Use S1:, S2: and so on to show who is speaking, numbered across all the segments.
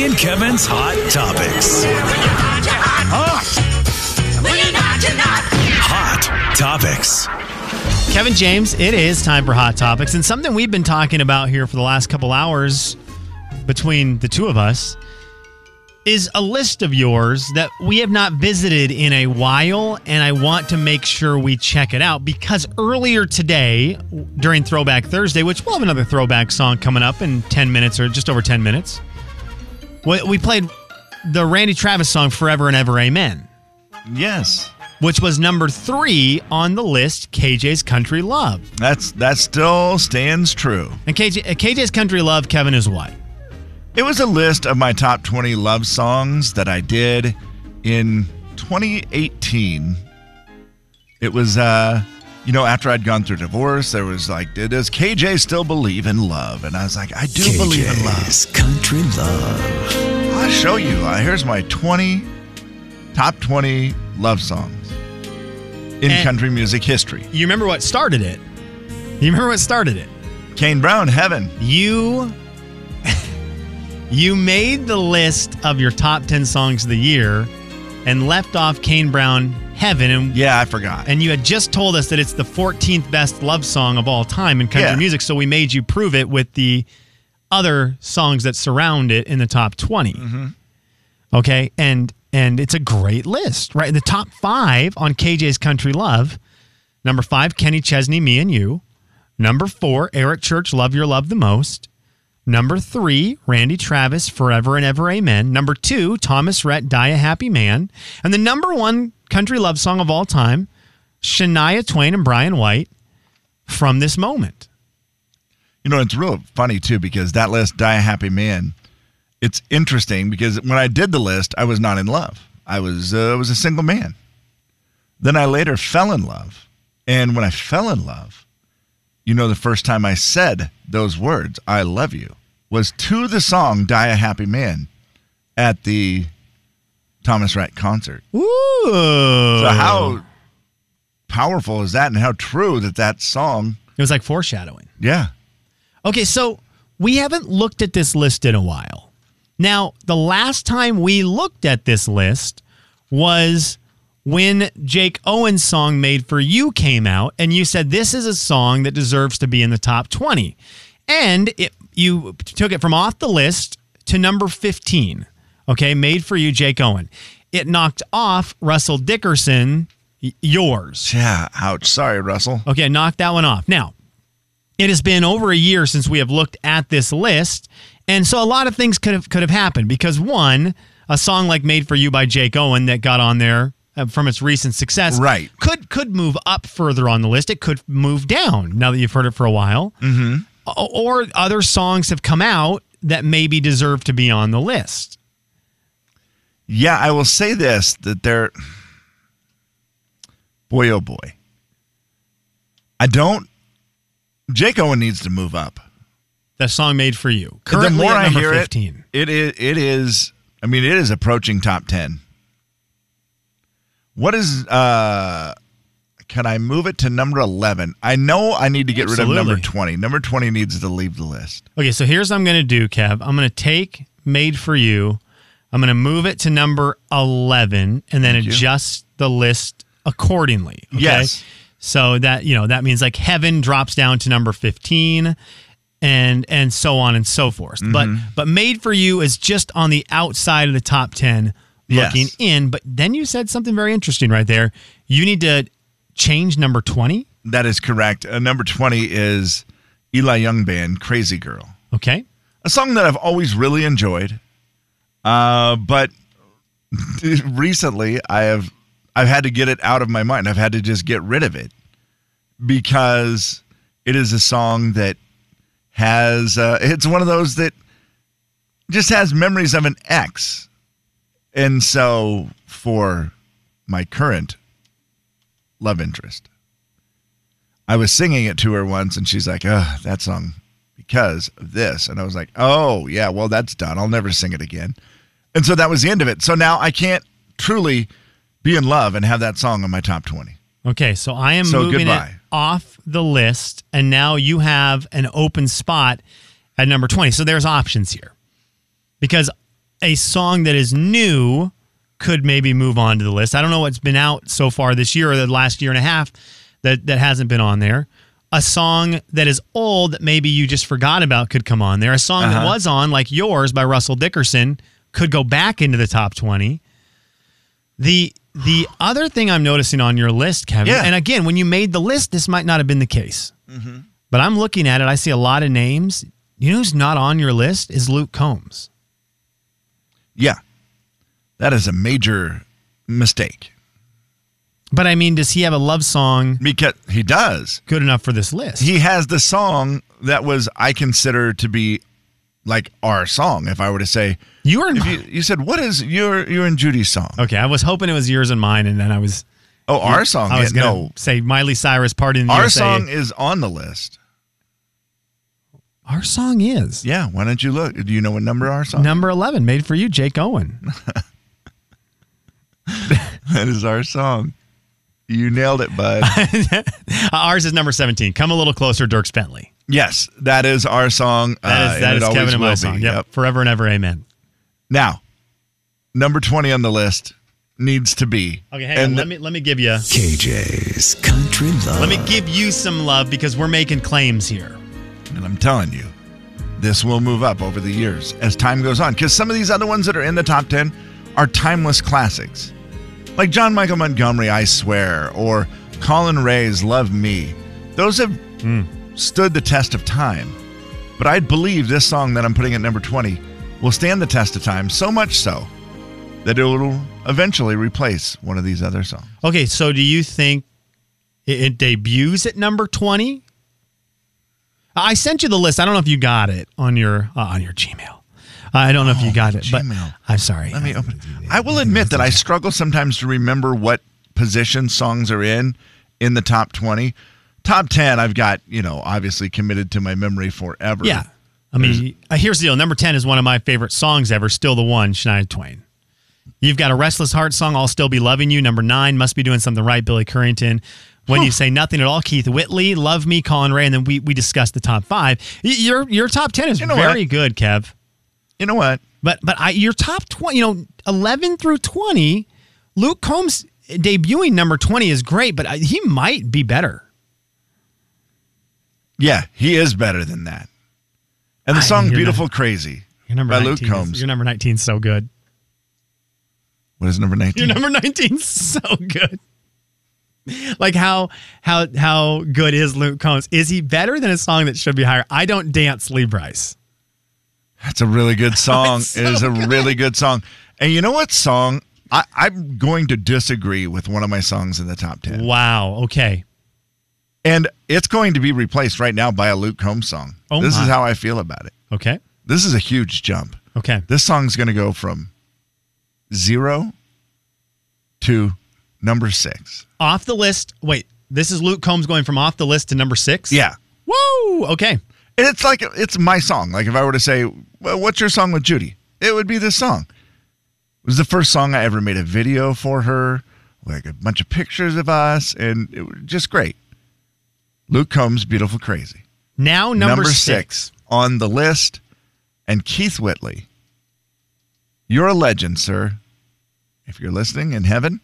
S1: and Kevin's Hot Topics. Hot Topics.
S2: Kevin James, it is time for Hot Topics. And something we've been talking about here for the last couple hours between the two of us is a list of yours that we have not visited in a while. And I want to make sure we check it out because earlier today, during Throwback Thursday, which we'll have another throwback song coming up in 10 minutes or just over 10 minutes, we we played the Randy Travis song Forever and Ever Amen
S3: Yes.
S2: which was number three on the list, KJ's Country Love.
S3: That's that still stands true.
S2: And KJ, uh, KJ's Country Love, Kevin, is what?
S3: It was a list of my top 20 love songs that I did in 2018. It was uh you know, after I'd gone through divorce, there was like, does KJ still believe in love? And I was like, I do believe in love.
S1: KJ's Country Love.
S3: I'll show you. Uh, here's my 20 top 20 love songs in
S2: And-
S3: country music history.
S2: You remember what started it? You remember what started it?
S3: Kane Brown, Heaven.
S2: You. You made the list of your top 10 songs of the year and left off Kane Brown Heaven. And,
S3: Yeah, I forgot.
S2: and you had just told us that it's the 14th best love song of all time in country
S3: Yeah.
S2: music. So we made you prove it with the other songs that surround it in the top 20. Okay. And and it's a great list, right? The top five on KJ's Country Love. Number five, Kenny Chesney, Me and You. Number four, Eric Church, Love Your Love the Most. Number three, Randy Travis, Forever and Ever Amen. Number two, Thomas Rhett, Die a Happy Man. And the number one country love song of all time, Shania Twain and Brian White, From This Moment.
S3: You know, it's real funny too because that list, Die a Happy Man, it's interesting because when I did the list, I was not in love. I was uh, I was a single man. Then I later fell in love, and when I fell in love, you know, the first time I said those words, "I love you," was to the song "Die a Happy Man" at the Thomas Rhett concert.
S2: Ooh.
S3: So
S2: Oh.
S3: how powerful is that, and how true that that song?
S2: It was like foreshadowing.
S3: Yeah,
S2: Okay, so we haven't looked at this list in a while. Now, the last time we looked at this list was when Jake Owen's song Made for You came out, and you said this is a song that deserves to be in the top 20. And it, you took it from off the list to number 15. Okay, Made for You, Jake Owen. It knocked off Russell Dickerson, y- yours.
S3: yeah. Ouch. Sorry, Russell.
S2: Okay, knock that one off. Now, it has been over a year since we have looked at this list, and so a lot of things could have could have happened because one, a song like "Made for You" by Jake Owen that got on there uh, from its recent success,
S3: Right.
S2: could could move up further on the list. It could move down now that you've heard it for a while, mm-hmm. or other songs have come out that maybe deserve to be on the list.
S3: Yeah, I will say this that they're boy oh boy. I don't Jake Owen needs to move up.
S2: The song "Made for You" currently
S3: the more
S2: at
S3: I
S2: number
S3: hear
S2: fifteen.
S3: it, it is it is I mean it is approaching top 10. What is uh can I move it to number 11? I know I need to get rid of number
S2: Absolutely.
S3: 20. Number 20 needs to leave the list.
S2: Okay, so here's what I'm going to do, Kev. I'm going to take Made for You. I'm going to move it to number 11 and then
S3: you.
S2: adjust the list accordingly. Okay?
S3: Yes.
S2: So that, you know, that means like Heaven drops down to number 15 and and so on and so forth.
S3: Mm-hmm.
S2: But but Made for You is just on the outside of the top 10
S3: Yes.
S2: looking in, but then you said something very interesting right there. You need to change number 20,
S3: That is correct. Uh, number 20 is Eli Young Band Crazy Girl.
S2: okay?
S3: a song that I've always really enjoyed. Uh, but recently I have I've had to get it out of my mind. I've had to just get rid of it because it is a song that has uh, it's one of those that just has memories of an ex. And so for my current love interest, I was singing it to her once and she's like, "Ugh, that song because of this." And I was like, "Oh, yeah, well that's done. I'll never sing it again." And so that was the end of it. So now I can't truly be in love and have that song on my top 20.
S2: Okay, so I am
S3: So
S2: moving
S3: goodbye.
S2: it off the list, and now you have an open spot at number 20. So there's options here because a song that is new could maybe move on to the list. I don't know what's been out so far this year or the last year and a half that, that hasn't been on there. A song that is old that maybe you just forgot about could come on there. A song
S3: Uh-huh.
S2: that was on, like yours by Russell Dickerson, could go back into the top 20. The the other thing I'm noticing on your list, Kevin,
S3: Yeah. Mm-hmm.
S2: and again, when you made the list, this might not have been the case. But I'm looking at it, I see a lot of names. You know who's not on your list is Luke Combs.
S3: Yeah. That is a major mistake
S2: But I mean, does he have a love song
S3: because he does.
S2: good enough for this list?
S3: He has the song that was I consider to be like our song. If I were to say,
S2: you are in
S3: if
S2: mine.
S3: you, you said, what is your your and Judy's song?
S2: okay, I was hoping it was yours and mine, and then I was
S3: Oh, our song.
S2: I was
S3: yeah,
S2: gonna
S3: no,
S2: say Miley Cyrus "Party in the
S3: our
S2: USA."
S3: song is on the list.
S2: our song is
S3: Yeah. Why don't you look? Do you know what number our song?
S2: number eleven, made for you, Jake Owen.
S3: That is our song. You nailed it, bud.
S2: Uh, ours is number seventeen. Come a little closer, Dirk Bentley.
S3: yes, that is our song.
S2: That is
S3: uh,
S2: that
S3: it
S2: is
S3: always
S2: Kevin and my
S3: will
S2: song.
S3: be.
S2: Yep. forever and ever, amen.
S3: Now, number 20 on the list needs to be.
S2: Okay, hang
S3: and
S2: on. Let me let me give you
S1: KJ's Country Love.
S2: let me give you some love because we're making claims here.
S3: And I'm telling you, this will move up over the years as time goes on. Because some of these other ones that are in the top 10 are timeless classics. Like John Michael Montgomery, I Swear, or Colin Ray's Love Me. Those have stood the test of time. But I believe this song that I'm putting at number 20 will stand the test of time, so much so that it will eventually replace one of these other songs.
S2: Okay, so do you think it, it debuts at number twenty? I sent you the list. I don't know if you got it on your uh, on your Gmail. I don't know if you got it, but
S3: Oh, Gmail.
S2: I'm sorry.
S3: Let me open. I will admit that I struggle sometimes to remember what position songs are in in the top 20. Top 10, I've got, you know, obviously committed to my memory forever.
S2: yeah, I mean, uh, here's the deal. Number ten is one of my favorite songs ever. Still the one, Shania Twain. You've got a restless heart song. I'll still be loving you. Number nine, must be doing something right. Billy Currington. When you say nothing at all, Keith Whitley, love me, Colin Ray, and then we we discussed the top five. Y- Your your top ten is
S3: You know
S2: very
S3: what?
S2: good, Kev.
S3: You know what?
S2: But but I your top twenty, you know, eleven through twenty, Luke Combs debuting number twenty is great, but I, he might be better.
S3: Yeah, he is better than that. And the
S2: I-
S3: song
S2: you're
S3: Beautiful Crazy
S2: Your number
S3: by
S2: 19
S3: Luke
S2: is-
S3: Combs.
S2: your number nineteen is so good.
S3: what is number 19?
S2: Your number nineteen is so good. Like how how how good is Luke Combs? Is he better than a song that should be higher? I don't dance, Lee Bryce.
S3: That's a really good song.
S2: It's
S3: it is
S2: so
S3: a really good song. And you know what song? I, I'm going to disagree with one of my songs in the top 10.
S2: Wow. Okay.
S3: And it's going to be replaced right now by a Luke Combs song.
S2: Oh
S3: this
S2: my.
S3: is how I feel about it.
S2: Okay.
S3: This is a huge jump.
S2: Okay.
S3: This song's going to go from zero to number six.
S2: Off the list. Wait. This is Luke Combs going from off the list to number six.
S3: Yeah.
S2: Woo. Okay.
S3: And it's like, it's my song. Like, if I were to say, well, What's your song with Judy? It would be this song. It was the first song I ever made a video for her, like a bunch of pictures of us, and it was just great. Luke Combs, Beautiful Crazy.
S2: Now number, six.
S3: on the list, and Keith Whitley. You're a legend, sir. If you're listening in heaven,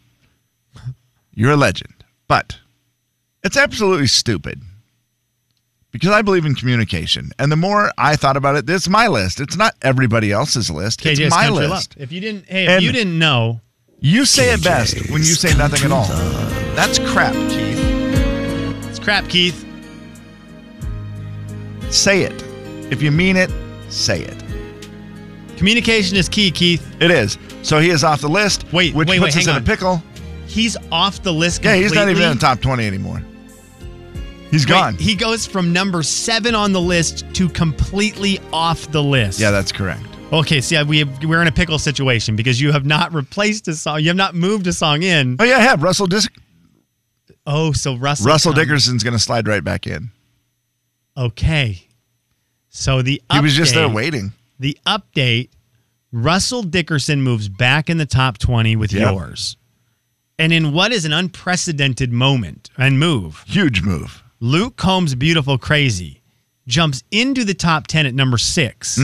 S3: you're a legend. But it's absolutely stupid because I believe in communication. And the more I thought about it, this is my list. It's not everybody else's list.
S2: KJ's
S3: it's my
S2: Country
S3: list.
S2: Love. If you didn't, hey, if
S3: And-
S2: you didn't know,
S3: You say it best when you
S1: KJ's
S3: say nothing at
S1: Country
S3: all.
S1: Love.
S3: That's crap, Keith.
S2: it's crap, Keith.
S3: Say it. If you mean it, say it.
S2: Communication is key, Keith.
S3: It is. So he is off the list.
S2: Wait,
S3: which
S2: wait, wait,
S3: puts us
S2: hang
S3: in
S2: on.
S3: a pickle.
S2: He's off the list.
S3: Yeah, he's not even in
S2: completely.
S3: the top twenty anymore. He's
S2: Wait,
S3: gone.
S2: he goes from number seven on the list to completely off the list.
S3: yeah, that's correct.
S2: okay, see, I- we we're in a pickle situation because you have not replaced a song. You have not moved a song in.
S3: Oh yeah, I have Russell. Dis-
S2: Oh, so Russell.
S3: Russell
S2: comes-
S3: Dickerson's going to slide right back in.
S2: Okay. So the update,
S3: He was just there waiting.
S2: The update Russell Dickerson moves back in the top 20 with
S3: Yeah.
S2: yours. And in what is an unprecedented moment and move,
S3: Huge move.
S2: Luke Combs' Beautiful Crazy jumps into the top 10 at number 6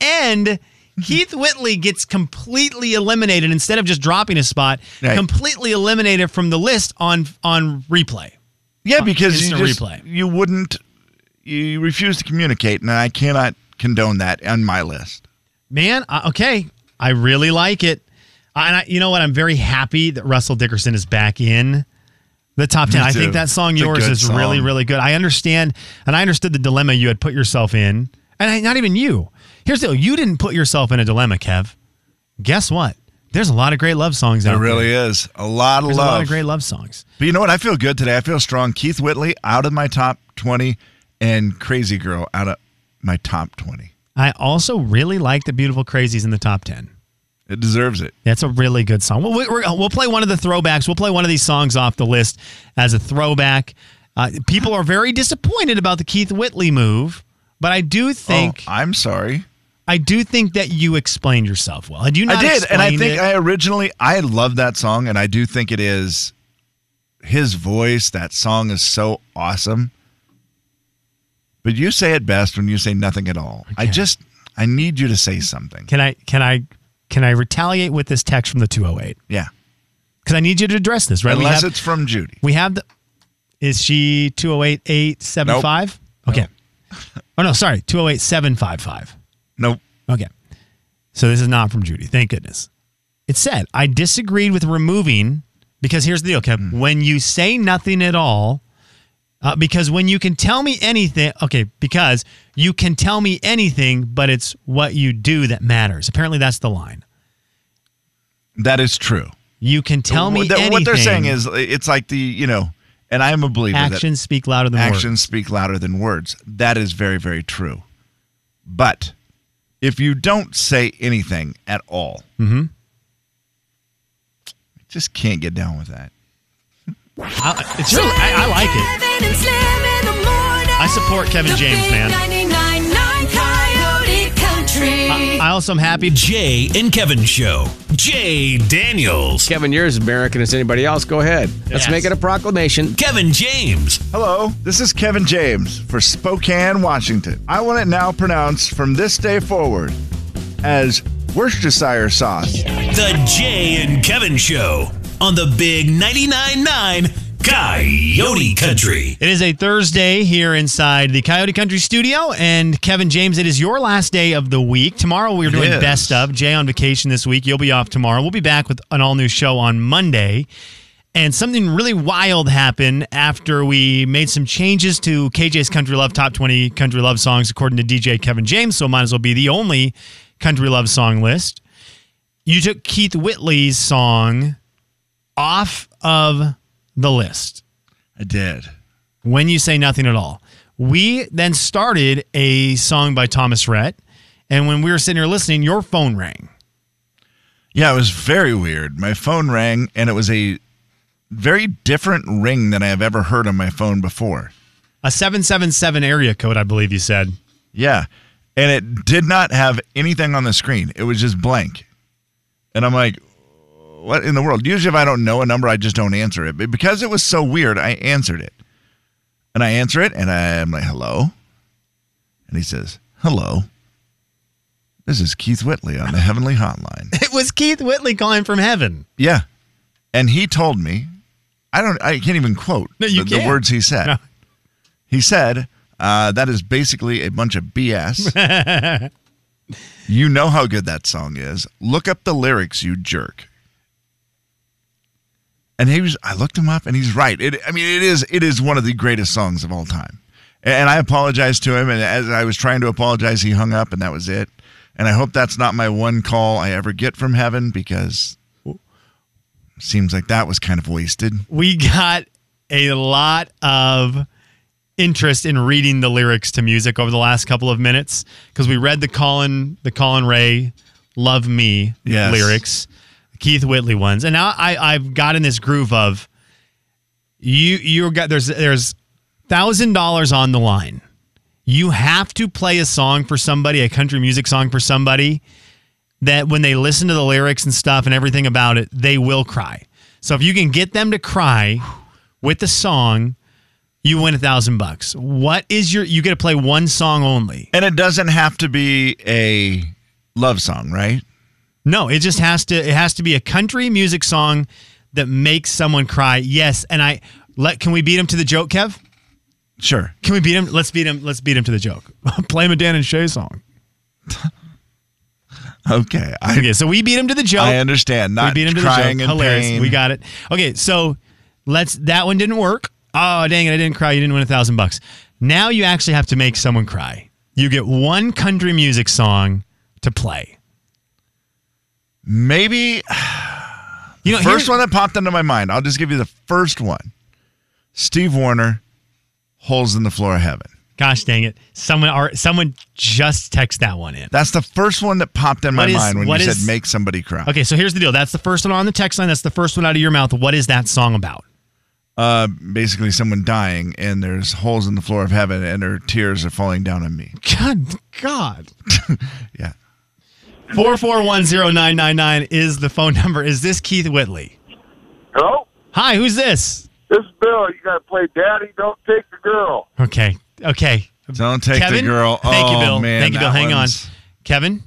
S2: And Keith Whitley gets completely eliminated instead of just dropping a spot,
S3: Right.
S2: completely eliminated from the list on on replay.
S3: Yeah, because you
S2: instant
S3: just,
S2: replay.
S3: you wouldn't you refuse to communicate, and I cannot condone that on my list.
S2: Man, I, okay, I really like it. I- And I, you know what? I'm very happy that Russell Dickerson is back in the top 10. I
S3: too.
S2: think that song
S3: It's a
S2: yours
S3: good
S2: is really
S3: song.
S2: really good. I understand and I understood the dilemma you had put yourself in. And I, not even you. Here's the deal. You didn't put yourself in a dilemma, Kev. Guess what? There's a lot of great love songs out
S3: It
S2: there.
S3: really is a lot of
S2: There's
S3: love.
S2: a lot of great love songs.
S3: But you know what? I feel good today. I feel strong. Keith Whitley out of my top 20 and Crazy Girl out of my top 20.
S2: I also really like the Beautiful Crazies in the top 10.
S3: It deserves it.
S2: That's a really good song. We'll, we're, we'll play one of the throwbacks. We'll play one of these songs off the list as a throwback. Uh, people are very disappointed about the Keith Whitley move, but I do think
S3: Oh, I'm sorry.
S2: I do think that you explained yourself well. Had you not
S3: I did. And I
S2: explained
S3: think
S2: it-
S3: I originally, I love that song. And I do think it is his voice. That song is so awesome. But you say it best when you say nothing at all. I
S2: Okay.
S3: just, I need you to say something.
S2: can I can I can I retaliate with this text from the 208
S3: Yeah.
S2: because I need you to address this. Right?
S3: Unless
S2: we have,
S3: it's from Judy.
S2: we have the is she 208 875? Okay. Oh no, sorry, 208 755.
S3: Nope.
S2: Okay. So this is not from Judy. Thank goodness. It said, I disagreed with removing because here's the deal, Kev.
S3: Mm.
S2: When you say nothing at all, uh, because when you can tell me anything, okay, because you can tell me anything, but it's what you do that matters. Apparently, that's the line.
S3: That is true.
S2: You can tell me
S3: What they're-
S2: anything.
S3: What they're saying is it's like the, you know, and I'm a believer that
S2: actions speak louder than words.
S3: actions speak louder than words. That is very, very true. But if you don't say anything at all, I just can't get down with that.
S2: I, it's really, I, I like it. I support Kevin James, man. I, I also am happy.
S4: Jay and Kevin Show. Jay Daniels.
S5: Kevin, you're as American as anybody else. Go ahead. Let's
S2: Yes.
S5: make it a proclamation.
S4: Kevin James.
S3: Hello, this is Kevin James for Spokane, Washington. I want it now pronounced from this day forward as Worcestershire sauce.
S4: The Jay and Kevin Show on the Big 99.9 9 Coyote Country.
S2: It is a Thursday here inside the Coyote Country studio. And Kevin James, it is your last day of the week. Tomorrow we're doing
S3: is.
S2: best of. Jay on vacation this week. You'll be off tomorrow. We'll be back with an all new show on Monday. And something really wild happened after we made some changes to KJ's Country Love Top 20 Country Love Songs, according to DJ Kevin James. So it might as well be the only Country Love song list. You took Keith Whitley's song off of the list
S3: I did.
S2: when you say nothing at all. We then started a song by Thomas Rhett, and when we were sitting here listening, your phone rang.
S3: Yeah, it was very weird. My phone rang and it was a very different ring than I have ever heard on my phone before.
S2: A 777 area code, I believe you said.
S3: Yeah. And it did not have anything on the screen. It was just blank. And I'm like, what in the world? Usually, if I don't know a number, I just don't answer it. But because it was so weird, I answered it. And I answer it, and I'm like, hello. And he says, hello. This is Keith Whitley on the Heavenly Hotline.
S2: It was Keith Whitley calling from heaven.
S3: Yeah. And he told me, I don't, I can't even quote
S2: No, you
S3: the, the
S2: can't.
S3: words he said.
S2: No.
S3: He said, uh, that is basically a bunch of BS. you know how good that song is. Look up the lyrics, you jerk. And he was, I looked him up and he's right. It, I mean, it is, it is one of the greatest songs of all time. And I apologized to him. And as I was trying to apologize, he hung up and that was it. And I hope that's not my one call I ever get from heaven because seems like that was kind of wasted.
S2: We got a lot of interest in reading the lyrics to music over the last couple of minutes because we read the Colin the Colin Ray "Love Me"
S3: Yes.
S2: lyrics, Keith Whitley ones, and now I I've got in this groove of you you got there's there's thousand dollars on the line. You have to play a song for somebody, a country music song for somebody that when they listen to the lyrics and stuff and everything about it, they will cry. So if you can get them to cry with the song, you win a thousand bucks. What is your? You get to play one song only.
S3: And it doesn't have to be a love song, right?
S2: No, it just has to it has to be a country music song that makes someone cry. Yes, and I let can we beat him to the joke, Kev?
S3: Sure.
S2: Can we beat him? Let's beat him. Let's beat him to the joke. Play him a Dan and Shay song.
S3: Okay. I
S2: Okay, so we beat him to the joke.
S3: I understand. Not
S2: we beat him to
S3: crying
S2: the
S3: in
S2: joke. Hilarious.
S3: pain.
S2: We got it. Okay, so let's. That one didn't work. Oh dang it! I didn't cry. You didn't win a thousand bucks. Now you actually have to make someone cry. You get one country music song to play.
S3: maybe
S2: You know,
S3: first
S2: here's-
S3: one that popped into my mind. I'll just give you the first one. Steve Warner, holes in the floor of heaven.
S2: Gosh dang it! Someone are someone just text that one in.
S3: That's the first one that popped in my
S2: What is-
S3: mind when
S2: what
S3: you
S2: is-
S3: said make somebody cry.
S2: Okay, so here's the deal. That's the first one on the text line. That's the first one out of your mouth. What is that song about?
S3: Uh, basically, someone dying, and there's holes in the floor of heaven, and her tears are falling down on me.
S2: God, God.
S3: Yeah.
S2: Four four one zero nine nine nine is the phone number. Is this Keith Whitley?
S6: Hello?
S2: Hi, who's this?
S6: This is Bill. You got to play Daddy, Don't Take the Girl.
S2: Okay, okay.
S3: Don't take
S2: Kevin,
S3: the girl.
S2: Thank
S3: oh,
S2: you, Bill.
S3: Man,
S2: thank you, Bill.
S3: that
S2: Hang on,
S3: one's-
S2: Kevin.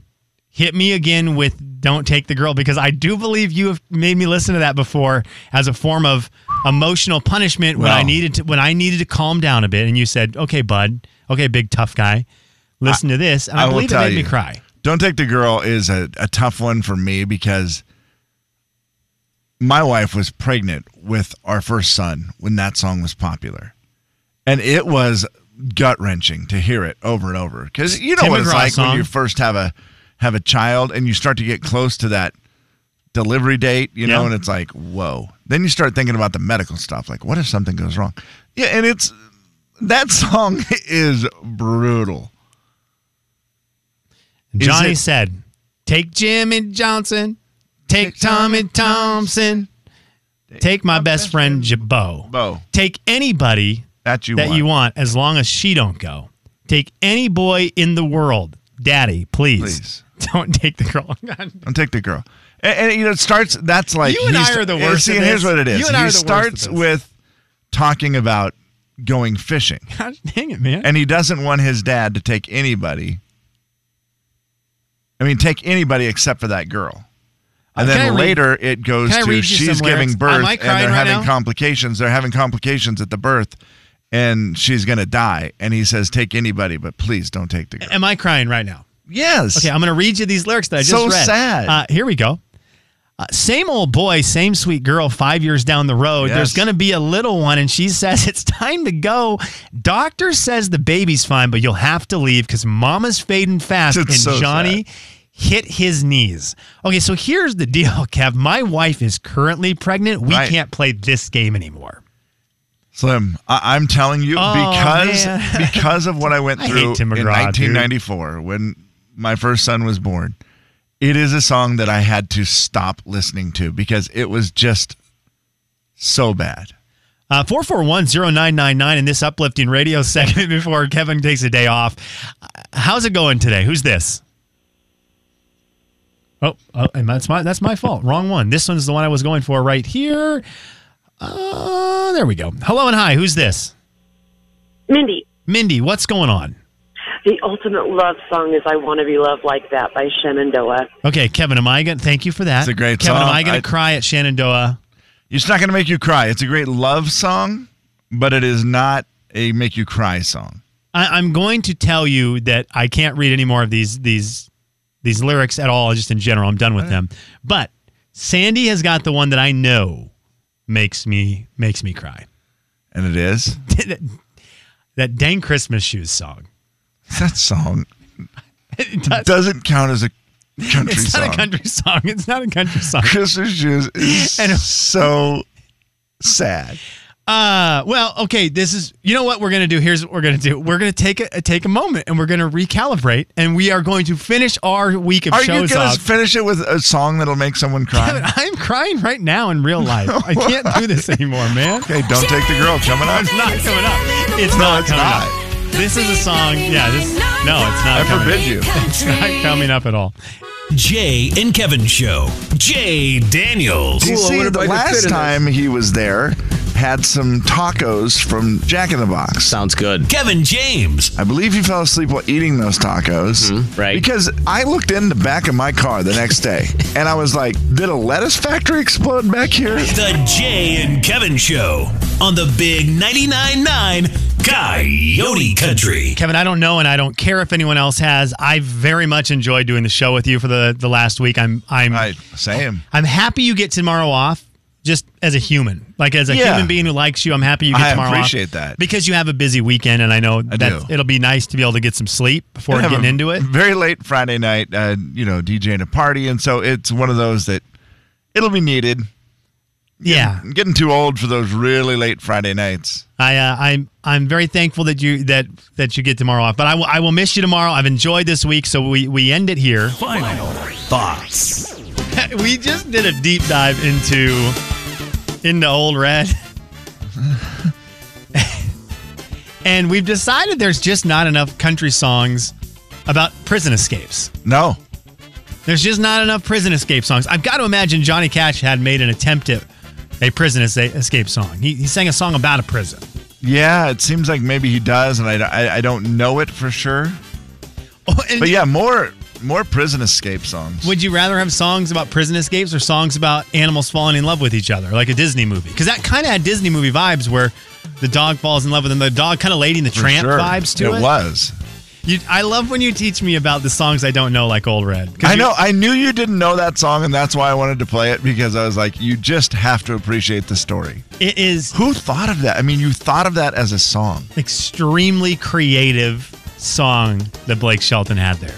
S2: Hit me again with "Don't Take the Girl" because I do believe you have made me listen to that before as a form of emotional punishment when I
S3: Well.
S2: needed to when I needed to calm down a bit, and you said, "Okay, bud. Okay, big tough guy. Listen to this," and I,
S3: I will
S2: believe it
S3: tell
S2: made me
S3: you.
S2: cry.
S3: Don't Take the Girl is a, a tough one for me because my wife was pregnant with our first son when that song was popular. And it was gut wrenching to hear it over and over. Because you know
S2: Tim
S3: what it's
S2: McGraw
S3: like
S2: song.
S3: when you first have a have a child and you start to get close to that delivery date, you know,
S2: Yeah.
S3: and it's like, whoa. Then you start thinking about the medical stuff, like what if something goes wrong? Yeah, and it's that song is brutal. Is
S2: Johnny
S3: it-
S2: said, "Take Jimmy Johnson, take Tommy Thompson, take my best friend Jabbo,
S3: Bo,
S2: take anybody
S3: that you
S2: that
S3: want.
S2: you want as long as she don't go. Take any boy in the world, Daddy, please,
S3: Please.
S2: don't take the girl. God.
S3: Don't take the girl. And, and, you know, it starts. That's like
S2: You and
S3: he's-
S2: I are the worst
S3: See,
S2: at
S3: and here's
S2: this.
S3: what it is.
S2: You and I
S3: he
S2: are the worst at
S3: starts
S2: this.
S3: with talking about going fishing,
S2: Gosh, dang it, man!
S3: and he doesn't want his dad to take anybody. I mean, take anybody except for that girl. And
S2: Uh, Can I
S3: then
S2: read-
S3: later it goes
S2: can I read
S3: to
S2: you
S3: she's
S2: some
S3: giving
S2: lyrics?
S3: birth
S2: Am I
S3: and
S2: crying
S3: they're
S2: right
S3: having
S2: now?
S3: complications. They're having complications at the birth and she's going to die. And he says, Take anybody, but please don't take the girl.
S2: Am I crying right now?
S3: Yes.
S2: Okay, I'm going to read you these lyrics that I just
S3: So
S2: read.
S3: sad.
S2: Uh, here we go. Uh, same old boy, same sweet girl. Five years down the road,
S3: Yes.
S2: there's going to be a little one, and she says it's time to go. Doctor says the baby's fine, but you'll have to leave because Mama's fading fast.
S3: It's
S2: and
S3: so
S2: Johnny hit his knees. Okay, so here's the deal, Kev. My wife is currently pregnant. We
S3: Right.
S2: can't play this game anymore.
S3: Slim, I- I'm telling you,
S2: Oh,
S3: because
S2: man.
S3: because of what I went
S2: I hate
S3: through
S2: Tim
S3: in
S2: McGraw, dude.
S3: 1994 when my first son was born, it is a song that I had to stop listening to because it was just so bad.
S2: Uh, 4410999 in this uplifting radio segment before Kevin takes a day off. Uh, How's it going today? Who's this? Oh, oh and that's my that's my fault. Wrong one. This one's the one I was going for right here. Uh, there we go. Hello and hi. Who's this?
S7: Mindy,
S2: Mindy, what's going on?
S7: the ultimate love song is I Want to Be Loved Like That by Shenandoah.
S2: Okay, Kevin, am I going to thank you for that?
S3: It's a great
S2: Kevin, am
S3: song.
S2: I going
S3: I-
S2: to cry at Shenandoah?
S3: It's not going to make you cry. It's a great love song, but it is not a make you cry song.
S2: I, I'm going to tell you that I can't read any more of these these these lyrics at all. Just in general, I'm done with them. But Sandy has got the one that I know makes me makes me cry.
S3: And it is.
S2: that, that dang Christmas shoes song.
S3: That song
S2: It does-
S3: doesn't count as a country
S2: it's
S3: song.
S2: not a country song. It's not a country song.
S3: Christmas Shoes is
S2: And-
S3: so sad.
S2: Uh, well, okay. This is you know what we're gonna do. Here's what we're gonna do. We're gonna take a take a moment and we're gonna recalibrate and we are going to finish our week of
S3: Are you
S2: shows
S3: gonna
S2: off.
S3: finish it with a song that'll make someone
S2: Kevin,
S3: cry?
S2: I'm crying right now in real life. I can't do this anymore, man.
S3: Okay, don't take the girl coming up.
S2: It's not coming up. It's
S3: No,
S2: not
S3: it's
S2: coming
S3: not.
S2: up. This is a song. Yeah, this. No, it's not.
S3: I
S2: coming
S3: forbid
S2: up.
S3: you.
S2: It's not coming up at all.
S4: Jay and Kevin Show. Jay Daniels.
S3: You
S5: Cool, I
S3: see,
S5: wonder if
S3: the
S5: I could fit in
S3: last
S5: this.
S3: time he was there, had some tacos from Jack in the Box.
S5: Sounds good.
S4: Kevin James,
S3: I believe he fell asleep while eating those tacos.
S5: Mm-hmm, right.
S3: Because I looked in the back of my car the next day and I was like, did a lettuce factory explode back here?
S4: The Jay and Kevin Show on the Big 99.9 9 Coyote Country.
S2: Kevin, I don't know, and I don't care if anyone else has. I very much enjoyed doing the show with you for the, the last week. I'm I'm
S3: I, same.
S2: I'm happy you get tomorrow off, just as a human, like as a
S3: Yeah.
S2: human being who likes you. I'm happy you get
S3: I
S2: tomorrow
S3: appreciate
S2: off
S3: that.
S2: because you have a busy weekend, and I know
S3: do.
S2: that it'll be nice to be able to get some sleep before
S3: Have
S2: getting
S3: a
S2: into it.
S3: Very late Friday night, uh, you know, DJing a party. And so it's one of those that it'll be needed.
S2: Yeah,
S3: I'm getting too old for those really late Friday nights.
S2: I uh, I'm I'm very thankful that you that that you get tomorrow off, but I will I will miss you tomorrow. I've enjoyed this week, so we we end it here.
S4: Final thoughts.
S2: we just did a deep dive into into old red and we've decided there's just not enough country songs about prison escapes
S3: No.
S2: there's just not enough prison escape songs i've got to imagine johnny cash had made an attempt at a prison esca- escape song he, he sang a song about a prison
S3: Yeah, it seems like maybe he does, and I, I, I don't know it for sure.
S2: Oh, and
S3: But yeah, more more prison escape songs.
S2: would you rather have songs about prison escapes or songs about animals falling in love with each other like a disney movie because that kind of had disney movie vibes where the dog falls in love with him the dog kind of lady in the
S3: For
S2: tramp
S3: sure.
S2: vibes to it
S3: was.
S2: You, I love when you teach me about the songs I don't know, like Old Red. 'Cause
S3: I
S2: you-
S3: know. I knew you didn't know that song, and that's why I wanted to play it because I was like, you just have to appreciate the story.
S2: it is
S3: Who thought of that? I mean, you thought of that as a song.
S2: extremely creative song that Blake Shelton had there.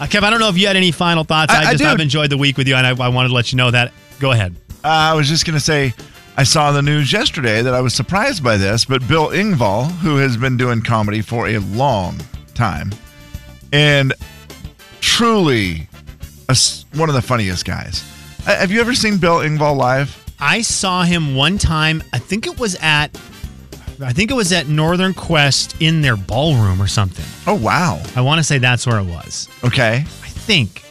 S2: Uh, Kev, I don't know if you had any final thoughts.
S3: I-
S2: I,
S3: I
S2: just
S3: do.
S2: have enjoyed the week with you, and I, I wanted to let you know that. Go ahead.
S3: Uh, I was just gonna say, I saw the news yesterday that I was surprised by this, but Bill Ingvall, who has been doing comedy for a long time, and truly a s one of the funniest guys. Uh, have you ever seen Bill Ingvall live?
S2: I saw him one time. I think it was at, I think it was at Northern Quest in their ballroom or something.
S3: Oh wow.
S2: I want to say that's where it was.
S3: Okay.
S2: I think.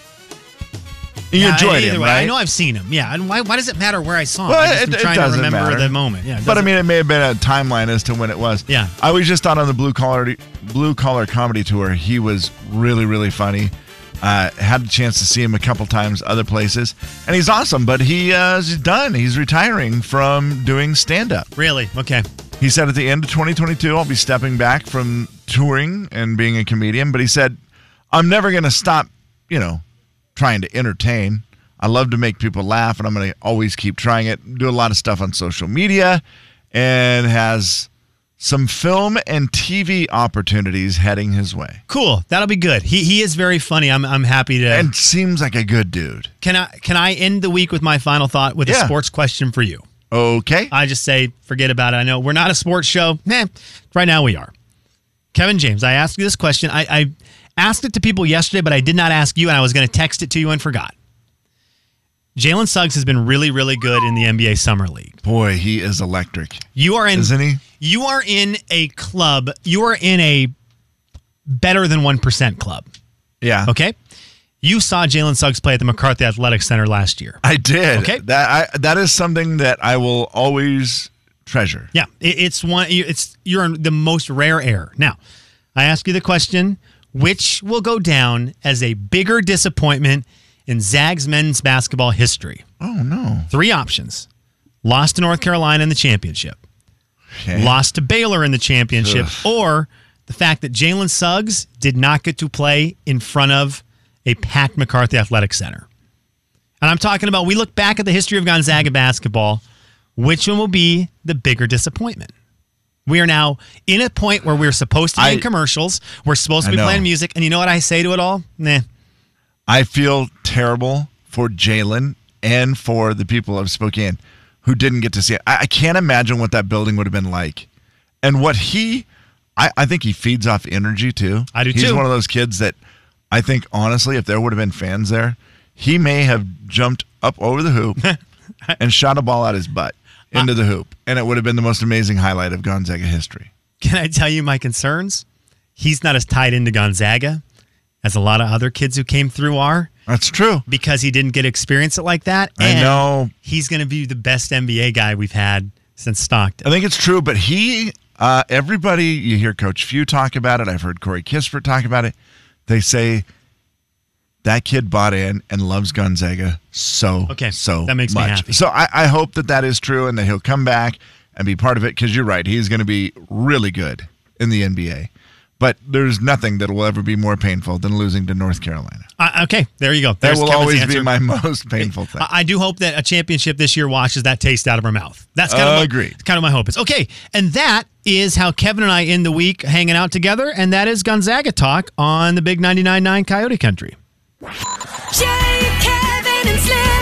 S3: You
S2: Yeah,
S3: enjoyed
S2: either
S3: him,
S2: way,
S3: right?
S2: I know I've seen him. Yeah, and why, why does it matter where I saw him?
S3: Well,
S2: I just
S3: it-
S2: am
S3: it
S2: trying to
S3: doesn't
S2: remember
S3: matter.
S2: the moment. Yeah, it
S3: But I
S2: doesn't-
S3: mean, it may have been a timeline as to when it was.
S2: Yeah.
S3: I was just on on the blue collar blue collar comedy tour. He was really really funny. Uh, had the chance to see him a couple times other places, and he's awesome. But he uh, is done. He's retiring from doing stand up.
S2: Really? Okay.
S3: He said at the end of 2022, I'll be stepping back from touring and being a comedian. But he said, I'm never going to stop, you know, trying to entertain. I love to make people laugh and I'm going to always keep trying it. Do a lot of stuff on social media and has some film and TV opportunities heading his way.
S2: Cool. That'll be good. He he is very funny. I'm I'm happy to.
S3: And seems like a good dude.
S2: can I can I end the week with my final thought with
S3: Yeah.
S2: a sports question for you?
S3: Okay.
S2: I just say forget about it. I know we're not a sports show. Nah, right now we are. Kevin James, I asked you this question. I, I asked it to people yesterday, but I did not ask you, and I was going to text it to you and forgot. Jalen Suggs has been really, really good in the NBA Summer League.
S3: Boy, he is electric,
S2: You are in
S3: isn't he?
S2: you are in a club. You are in a better than 1% club.
S3: Yeah.
S2: Okay. You saw Jalen Suggs play at the McCarthy Athletic Center last year.
S3: I did.
S2: Okay.
S3: That I, that is something that I will always treasure.
S2: Yeah, it, it's one. It's you're in the most rare error. Now, I ask you the question: Which will go down as a bigger disappointment in Zags men's basketball history?
S3: Oh no.
S2: Three options: lost to North Carolina in the championship,
S3: Okay.
S2: lost to Baylor in the championship, or the fact that Jalen Suggs did not get to play in front of a packed McCarthy Athletic Center. And I'm talking about we look back at the history of Gonzaga basketball, which one will be the bigger disappointment? We are now in a point where we're supposed to be in
S3: I-
S2: commercials, we're supposed to
S3: I
S2: be
S3: know.
S2: playing music, and you know what I say to it all? Nah.
S3: I feel terrible for Jalen and for the people of Spokane who didn't get to see it. I, I can't imagine what that building would have been like. And what he, I, I think he feeds off energy too.
S2: I do,
S3: He's
S2: too.
S3: one of those kids that I think, honestly, if there would have been fans there, he may have jumped up over the hoop and shot a ball out his butt into the hoop. And it would have been the most amazing highlight of Gonzaga history.
S2: Can I tell you my concerns? He's not as tied into Gonzaga as a lot of other kids who came through are.
S3: That's true.
S2: because he didn't get to experience it like that.
S3: I
S2: and
S3: know.
S2: He's going to be the best NBA guy we've had since Uh, Stockton.
S3: I think it's true, but he, uh, everybody, you hear Coach Few talk about it. I've heard Corey Kispert talk about it. They say that kid bought in and loves Gonzaga so,
S2: Okay,
S3: so
S2: that makes me
S3: much.
S2: happy.
S3: So I, I hope that that is true and that he'll come back and be part of it because you're right. He's going to be really good in the NBA. But there's nothing that will ever be more painful than losing to North Carolina.
S2: Uh, okay, there you go.
S3: That
S2: There's
S3: will
S2: Kevin's
S3: always
S2: answer.
S3: be my most painful thing.
S2: I, I do hope that a championship this year washes that taste out of her mouth. That's kind of my,
S3: Agreed.
S2: Kind of my hope is okay, and that is how Kevin and I end the week hanging out together, and that is Gonzaga talk on the Big 99.9 Coyote Country.
S8: Jay, Kevin, and Slim.